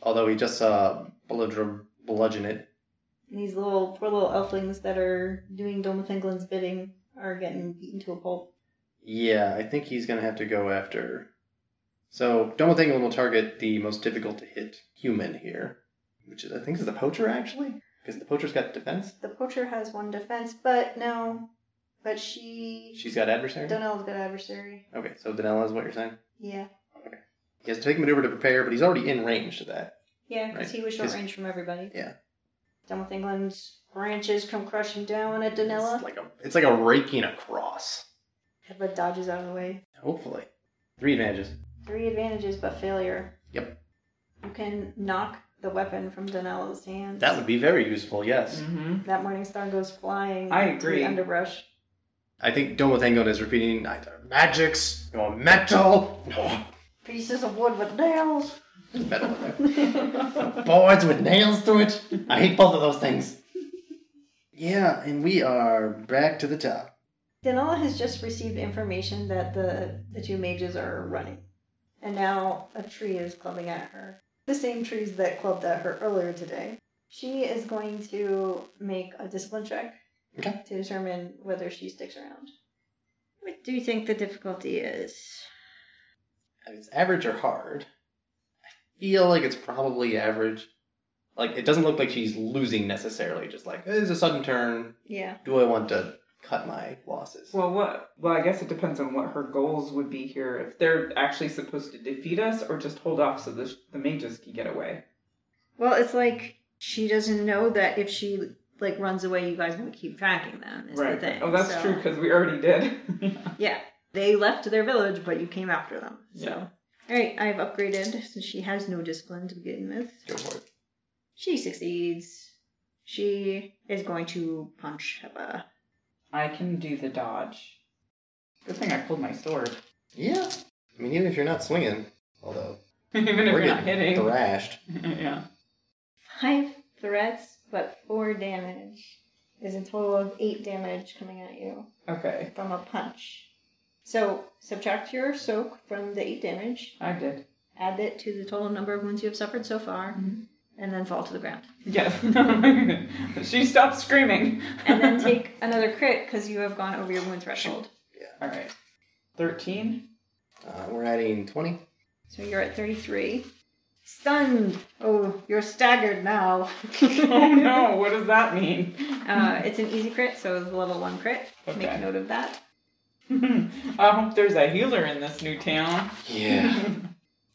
C: Although he just saw Bolodrum bludgeon it.
B: These little poor little elflings that are doing Domathenglin's bidding are getting beaten to a pulp.
C: Yeah, I think he's gonna have to go after. So Domothangolin will target the most difficult to hit human here, which is I think is the poacher actually, because the poacher's got defense.
B: The poacher has one defense, but no, but she
C: She's got adversary.
B: Donnell's good adversary.
C: Okay, so Danella is what you're saying.
B: Yeah,
C: He has to take maneuver to prepare, but he's already in range to that.
B: yeah, because
C: Right,
B: he was short
C: 'cause-
B: range from everybody.
C: yeah.
B: Domathenglin's branches come crashing down at Donella,
C: It's like a it's like a raking across.
B: but dodges out of the way.
C: Hopefully, three advantages.
B: Three advantages, but failure.
C: Yep.
B: You can knock the weapon from Donella's hands.
C: That would be very useful. Yes,
D: Mm-hmm.
B: That morning star goes flying.
D: I
B: into the
D: agree.
B: underbrush.
C: I think Domothangolin is repeating neither magics nor metal nor
B: Pieces of wood with nails.
C: metal. in there. boards with nails through it. I hate both of those things. Yeah, and we are back to the top.
B: Danella has just received information that the, the two mages are running. And now a tree is clubbing at her. The same trees that clubbed at her earlier today. She is going to make a discipline check
C: Okay.
B: to determine whether she sticks around. What do you think the difficulty is?
C: If it's average or hard, I feel like it's probably average. Like, it doesn't look like she's losing necessarily. Just like, eh, it's a sudden turn.
B: Yeah.
C: Do I want to cut my losses?
D: Well, what? Well, I guess it depends on what her goals would be here. If they're actually supposed to defeat us, or just hold off so the the mages can get away.
B: Well, it's like she doesn't know that if she like runs away, you guys won't keep tracking them. Is the thing.
D: Oh, that's
B: So-
D: true because we already did.
B: Yeah. They left their village, but you came after them. So.
D: Yeah.
B: All right, I've upgraded, so she has no discipline to begin with.
C: Go for it.
B: She succeeds. She is going to punch Heba.
D: I can do the dodge. Good thing I pulled my sword.
C: Yeah. I mean, even if you're not swinging, although
D: Even if
C: we're
D: you're not
C: getting
D: hitting.
C: thrashed.
D: yeah.
B: Five threats, but four damage. There's a total of eight damage coming at you
D: Okay.
B: from a punch. So subtract your soak from the eight damage,
D: I did.
B: add it to the total number of wounds you have suffered so far,
D: Mhm.
B: and then fall to the ground.
D: Yes. she stopped screaming.
B: And then take another crit because you have gone over your wound threshold.
D: All right. Thirteen.
C: Uh, we're adding 20.
B: So you're at 33. Stunned. Oh, you're staggered now.
D: Oh no! What does that mean?
B: Uh, it's an easy crit, so it's a level one crit. Make
D: Okay.
B: note of that.
D: I hope there's a healer in this new town.
C: Yeah.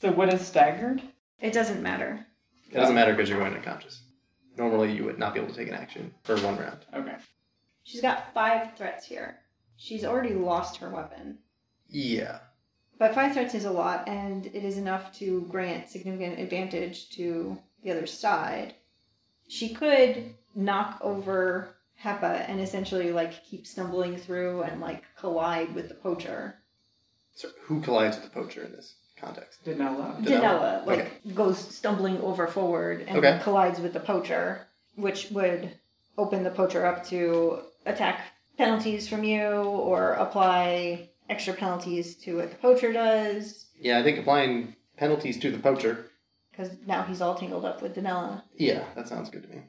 D: so what is staggered?
B: It doesn't matter.
C: It doesn't matter because you're going unconscious. Normally, you would not be able to take an action for one round.
D: Okay.
B: She's got five threats here. She's already lost her weapon.
C: Yeah.
B: But five threats is a lot, and it is enough to grant significant advantage to the other side. She could knock over Hepa and essentially like keep stumbling through and like collide with the poacher.
C: So who collides with the poacher in this context?
D: Danella.
C: Danella.
B: Danella like goes stumbling over forward and
C: Okay.
B: collides with the poacher, which would open the poacher up to attack penalties from you or apply extra penalties to what the poacher does
C: Yeah, I think applying penalties to the poacher.
B: because now he's all tangled up with Danella.
C: Yeah, that sounds good to me.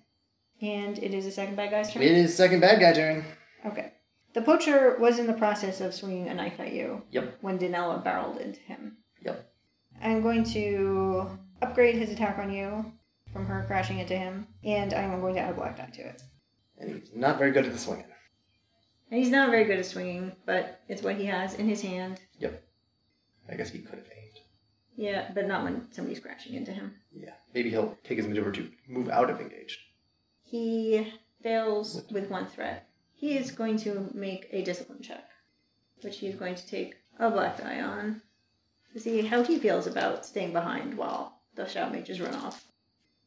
B: And it is a second bad guy's turn.
C: It is second bad guy turn.
B: Okay. The poacher was in the process of swinging a knife at you.
C: Yep.
B: When Danella barreled into him.
C: Yep.
B: I'm going to upgrade his attack on you from her crashing into him, and I'm going to add a black die to it.
C: And he's not very good at the swinging.
B: And he's not very good at swinging, but it's what he has in his hand.
C: I guess he could have aimed.
B: Yeah, but not when somebody's crashing into him.
C: Yeah. Maybe he'll take his maneuver to move out of engaged.
B: He fails with one threat. He is going to make a discipline check, which he is going to take a black die on to see how he feels about staying behind while the shout mages run off.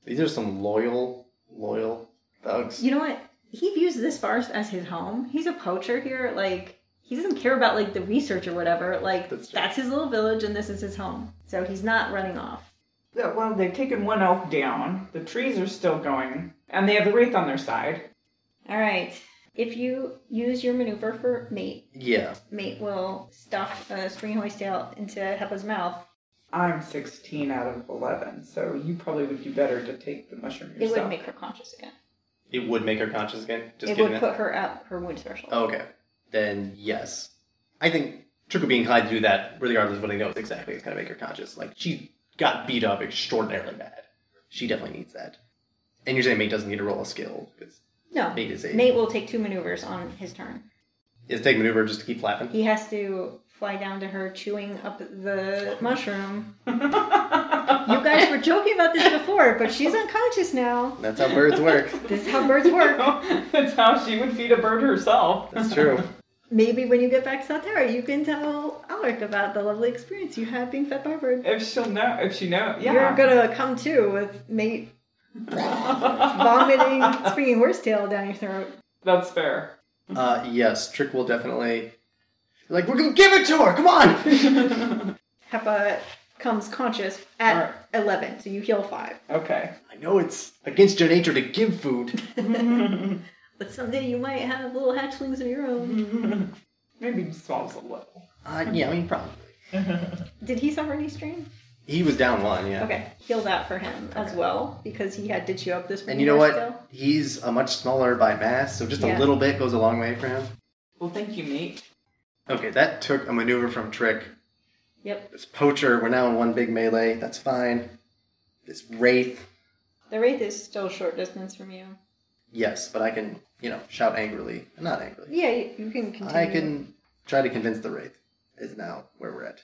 C: These are some loyal, loyal thugs.
B: You know what? He views this forest as his home. He's a poacher here. Like he doesn't care about like the research or whatever. Like
C: That's true.
B: that's his little village and this is his home. So he's not running off.
D: Yeah, Well, they've taken one oak down. The trees are still going, and they have the wraith on their side.
B: All right. If you use your maneuver for mate,
C: Yeah.
B: mate will stuff a string hoist tail into Hepa's mouth.
D: I'm 16 out of 11, so you probably would do better to take the mushroom
B: It
D: yourself.
B: would make her conscious again.
C: It would make her conscious again. Just Oh.
B: it
C: getting
B: would
C: that.
B: put her at her wound threshold.
C: Okay. Then yes. I think Trick would be inclined to do that regardless of what he knows exactly. It's gonna make her conscious. Like she got beat up extraordinarily bad. She definitely needs that. And you're saying mate doesn't need to roll a skill because
B: No.
C: mate is a
B: Mate will take two maneuvers on his turn.
C: is take maneuver just to keep flapping.
B: He has to fly down to her, chewing up the mushroom. You guys were joking about this before, but she's unconscious now.
C: That's how birds work.
B: This is how birds work.
D: That's how she would feed a bird herself.
C: That's true.
B: Maybe when you get back to Southera, you can tell Alaric about the lovely experience you had being fed by a bird.
D: If she'll know, if she knows,
B: You're
D: yeah.
B: gonna come too with mate vomiting, springing horsetail down your throat.
D: That's fair.
C: Uh, yes, Trick will definitely. Like we're gonna give it to her. Come on.
B: Hepa comes conscious at 11, so you heal five.
D: okay.
C: I know it's against your nature to give food.
B: But someday you might have little hatchlings of your own.
D: Maybe just swallows a little.
C: Uh, yeah, I mean probably.
B: Did he suffer any strain?
C: He was down one. Yeah.
B: Okay, heal that for him as well because he had to chew up this.
C: And
B: springing
C: you know what?
B: horsetail.
C: He's a much smaller by mass, so just
B: Yeah.
C: a little bit goes a long way for him.
D: Well, thank you, mate.
C: Okay, that took a maneuver from Trick.
B: Yep.
C: This Poacher, we're now in one big melee. That's fine. This Wraith,
B: The wraith is still short distance from you.
C: yes, but I can, you know, shout angrily. Not angrily.
B: Yeah, you, you can continue.
C: I can try to convince the Wraith, is now where we're at.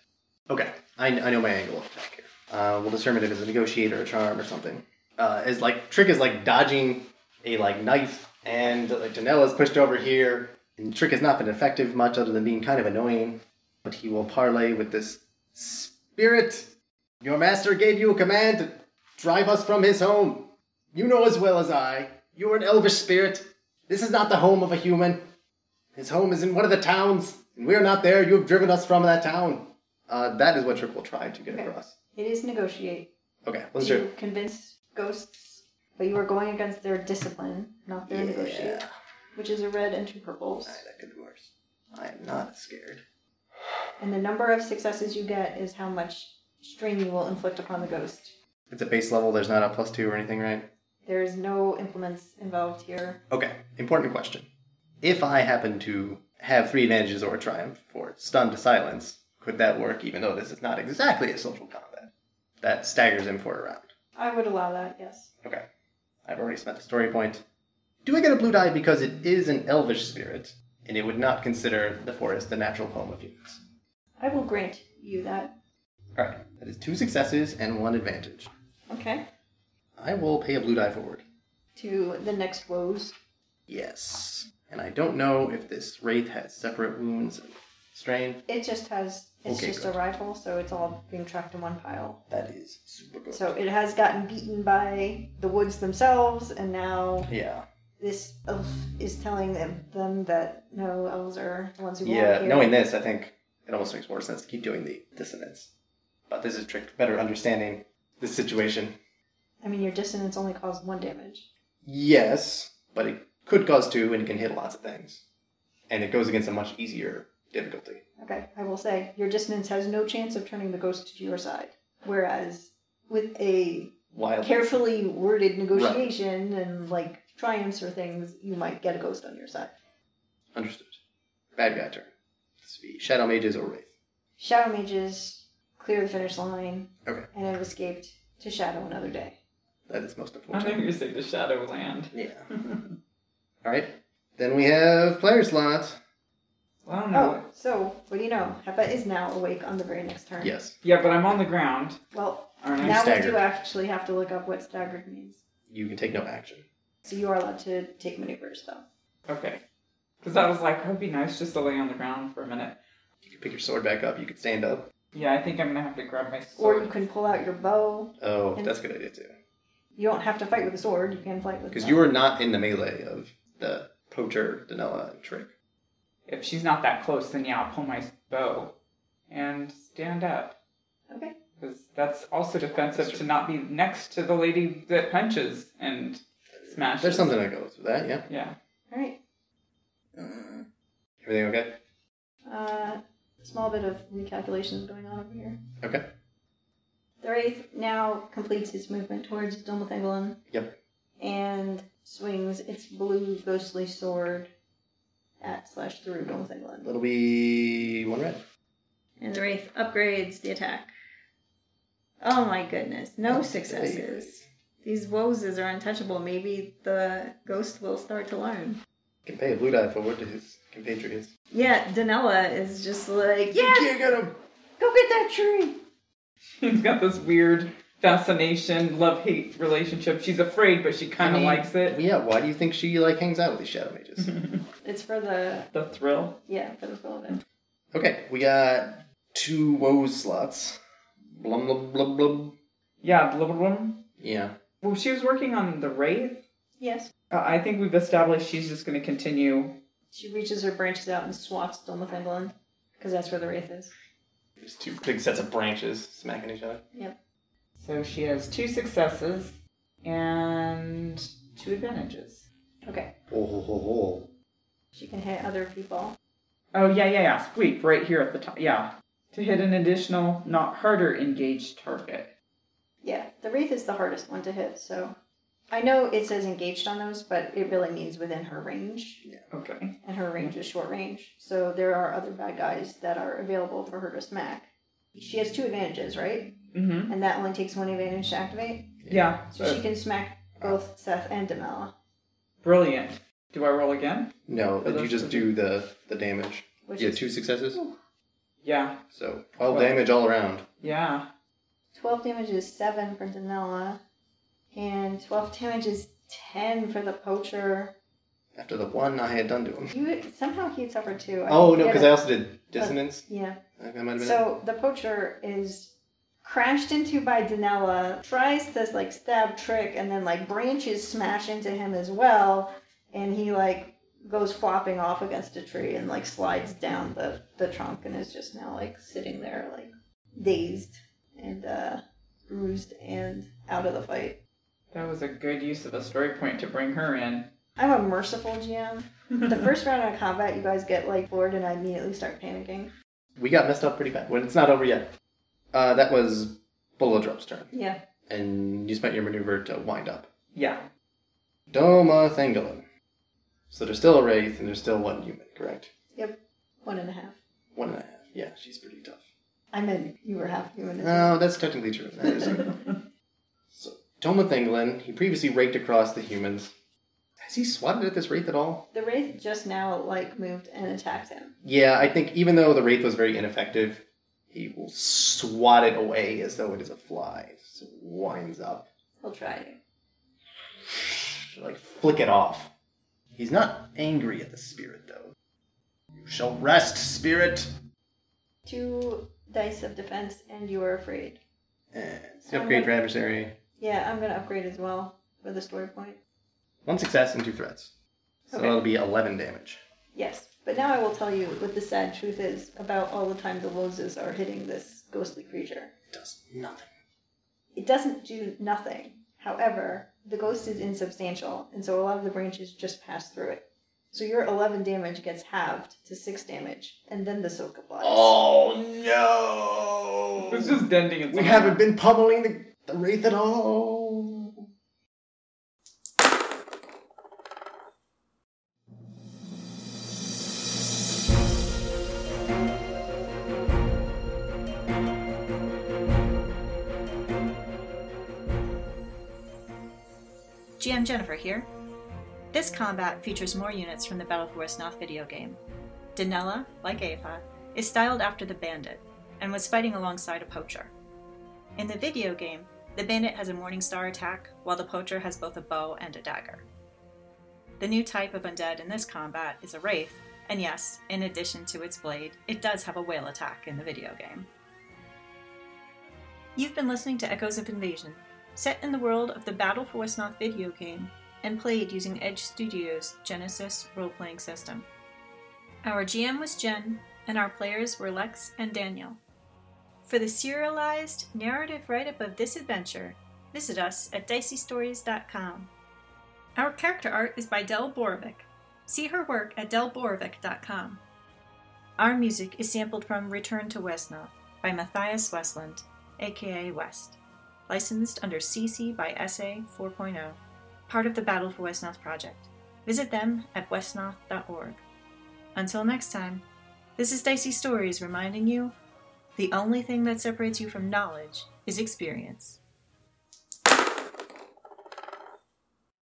C: Okay, I, I know my angle of attack here. Uh, we'll determine if it's a negotiate or a charm or something. Uh, is like Trick is like dodging a like knife, and like Danella's pushed over here. And Trick has not been effective much other than being kind of annoying. But he will parlay with this spirit. Your master gave you a command to drive us from his home. You know as well as I. You are an elvish spirit. This is not the home of a human. His home is in one of the towns, and we are not there. You have driven us from that town. Uh, that is what Trick will try to get
B: Okay.
C: across.
B: It is negotiate.
C: Okay, let's do
B: You convince ghosts, but you are going against their discipline, not their negotiate,
C: Yeah,
B: which is a red and two purples.
C: Alright, that could be worse. I am not scared.
B: And the number of successes you get is how much strain you will inflict upon the ghost.
C: It's a base level. There's not a plus two or anything, right?
B: There is no implements involved here.
C: Okay, important question. If I happen to have three advantages or a triumph for stun to silence, could that work? Even though this is not exactly a social combat, that staggers him for a round.
B: I would allow that, yes.
C: Okay, I've already spent the story point. Do I get a blue die because it is an elvish spirit, and it would not consider the forest the natural home of humans?
B: I will grant you that.
C: All right, that is two successes and one advantage.
B: Okay.
C: I will pay a blue die forward.
B: to the next woes.
C: Yes. And I don't know if this wraith has separate wounds and strain.
B: It just has, it's
C: Okay,
B: just
C: good.
B: a rifle, so it's all being tracked in one pile.
C: That is super good.
B: So it has gotten beaten by the woods themselves, and now
C: yeah.
B: this elf is telling them, them that no elves are the ones who
C: Yeah.
B: belong here.
C: Knowing this, I think it almost makes more sense to keep doing the dissonance. But this is a trick for better understanding the situation.
B: I mean, your dissonance only caused one damage.
C: Yes, but it could cause two and it can hit lots of things. And it goes against a much easier difficulty.
B: Okay, I will say your dissonance has no chance of turning the ghost to your side. Whereas with a
C: Wild.
B: carefully worded negotiation and like triumphs or things, you might get a ghost on your side.
C: Understood. Bad guy turn. This would be Shadow Mages or Wraith.
B: Shadow mages clear the finish line
C: Okay.
B: and have escaped to shadow another day.
C: That is most
D: I know
C: unfortunate.
D: you say the Shadowland.
C: Yeah. All right. Then we have player slot.
D: well,
C: Hmm.
B: Oh,
D: no.
B: so what do you know? Hepa is now awake on the very next turn.
C: Yes.
D: Yeah, but I'm on the ground.
B: Well,
D: Aren't I?
B: now we
C: staggered.
B: do actually have to look up what staggered means.
C: You can take no action.
B: So you are allowed to take maneuvers though.
D: Okay. Because I was like, it would be nice just to lay on the ground for a minute.
C: You can pick your sword back up. You could stand up.
D: Yeah, I think I'm gonna have to grab my
B: Or you
D: sword.
B: can pull out your bow.
C: Oh,
B: And-
C: that's a good idea too.
B: You don't have to fight with a sword. You can fight with.
C: Because
B: a-
C: you were not in the melee of the poacher, Danella, and Trick.
D: If she's not that close, then yeah, I'll pull my bow and stand up.
B: Okay.
D: Because that's also defensive
C: That's
D: to
C: true.
D: not be next to the lady that punches and smashes.
C: There's something that goes with that, yeah.
D: Yeah.
B: All right.
C: Everything okay?
B: Uh, small bit of recalculations going on over here.
C: Okay.
B: The wraith now completes its movement towards Dumblethanglin.
C: Yep.
B: And swings its blue ghostly sword at slash through Dumblethanglin.
C: That'll be one red.
B: And the wraith upgrades the attack. Oh my goodness! No successes. These woeses are untouchable. Maybe the ghost will start to learn.
C: Can pay a blue die forward to his compatriots.
B: Yeah, Danella is just like, yeah,
C: You can't get him!
B: go get that tree.
D: She's got this weird fascination, love hate relationship. She's afraid, but she kind of
C: mean-
D: likes it.
C: Yeah, why do you think she like hangs out with these shadow mages?
B: It's for the
D: the thrill.
B: yeah for the thrill of it.
C: okay, we got two woes slots. Blum blum blum blum.
D: Yeah, the little one.
C: Yeah.
D: Well, she was working on the wraith.
B: Yes.
D: Uh, I think we've established she's just going to continue.
B: She reaches her branches out and swats Dolmethenglin, because that's where the wraith is.
C: There's two big sets of branches smacking each other.
D: So she has two successes and two advantages.
B: Okay.
C: Oh, ho, ho, ho.
B: She can hit other people.
D: Oh, yeah, yeah, yeah. Sweep right here at the top. Yeah. To hit an additional, not harder engaged target.
B: Yeah, the wraith is the hardest one to hit. So I know it says engaged on those, but it really means within her range,
D: Okay.
B: and her range is short range. So there are other bad guys that are available for her to smack. She has two advantages, right?
D: Mm hmm.
B: And that only takes one advantage to activate.
D: Yeah.
B: So
C: Uh,
B: she can smack both Seth and Demella,
D: Brilliant. Do I roll again?
C: No,
D: For
C: did you
D: those
C: just do the the damage?
B: which
C: Yeah,
B: is
C: two successes.
D: Yeah.
C: So twelve
D: Twelve.
C: damage all around.
D: Yeah.
B: 12 damage is 7 for Danella, and 12 damage is 10 for the poacher.
C: After the one I had done to him.
B: You Somehow he suffered 2. I
C: Oh
B: don't
C: no,
B: get
C: because
B: it.
C: I also did dissonance.
B: Yeah.
C: I think that might have been. it.
B: So the poacher is crashed into by Danella, tries to like stab Trick, and then like branches smash into him as well, and he like goes flopping off against a tree and like slides down the, the trunk and is just now like sitting there like dazed and uh, bruised and out of the fight.
D: That was a good use of a story point to bring her in.
B: I'm a merciful GM. The first round of combat, you guys get like floored, and I immediately start panicking.
C: we got messed up pretty bad. When it's not over yet. Uh, that was Bulladrop's turn,
B: Yeah.
C: and you spent your maneuver to wind up.
D: yeah.
C: Doma Thangolin. So there's still a wraith, and there's still one human, correct?
B: One and a half.
C: One and a half. Yeah, she's pretty tough.
B: I meant you were half human. as well.
C: No, that's technically true. That is right. so Doma Thangolin, he previously raked across the humans. Has he swatted at this wraith at all?
B: The wraith just now like moved and attacked him.
C: Yeah, I think even though the wraith was very ineffective, he will swat it away as though it is a fly. So winds up.
B: He'll try.
C: like flick it off. He's not angry at the spirit though. You shall rest, spirit.
B: Two dice of defense, and you are afraid.
C: And
B: So I'm
C: upgrade your
B: gonna-
C: adversary.
B: Yeah, I'm gonna upgrade as well for the story point.
C: One success and two threats. So
B: Okay.
C: that'll be eleven damage.
B: Yes, but now I will tell you what the sad truth is about all the time the Loses are hitting this ghostly creature.
C: Does nothing.
B: It doesn't do nothing. However, the ghost is insubstantial, and so a lot of the branches just pass through it. So your 11 damage gets halved to 6 damage, and then the soak applies.
C: Oh
D: It's just denting its
C: We
D: own-
C: haven't been pummeling the, the wraith at all.
A: GM Jennifer here. This combat features more units from the Battle for Westnoth video game. Danella, like Ava, is styled after the bandit and was fighting alongside a poacher. In the video game, the bandit has a Morning Star attack, while the poacher has both a bow and a dagger. The new type of undead in this combat is a wraith, and yes, in addition to its blade, it does have a whale attack in the video game. You've been listening to Echoes of Invasion, set in the world of the Battle for Westnoth video game and played using Edge Studios' Genesis role playing system. Our GM was Jen, and our players were Lex and Daniel. For the serialized narrative write up of this adventure, visit us at diceystories.com. Our character art is by Del Borovic. See her work at delborovic.com. Our music is sampled from Return to Westnoth by Matthias Westland, aka West licensed under CC by SA 4.0, oh, part of the Battle for Westnoth project. Visit them at westnoth.org. Until next time, this is Dicey Stories reminding you the only thing that separates you from knowledge is experience.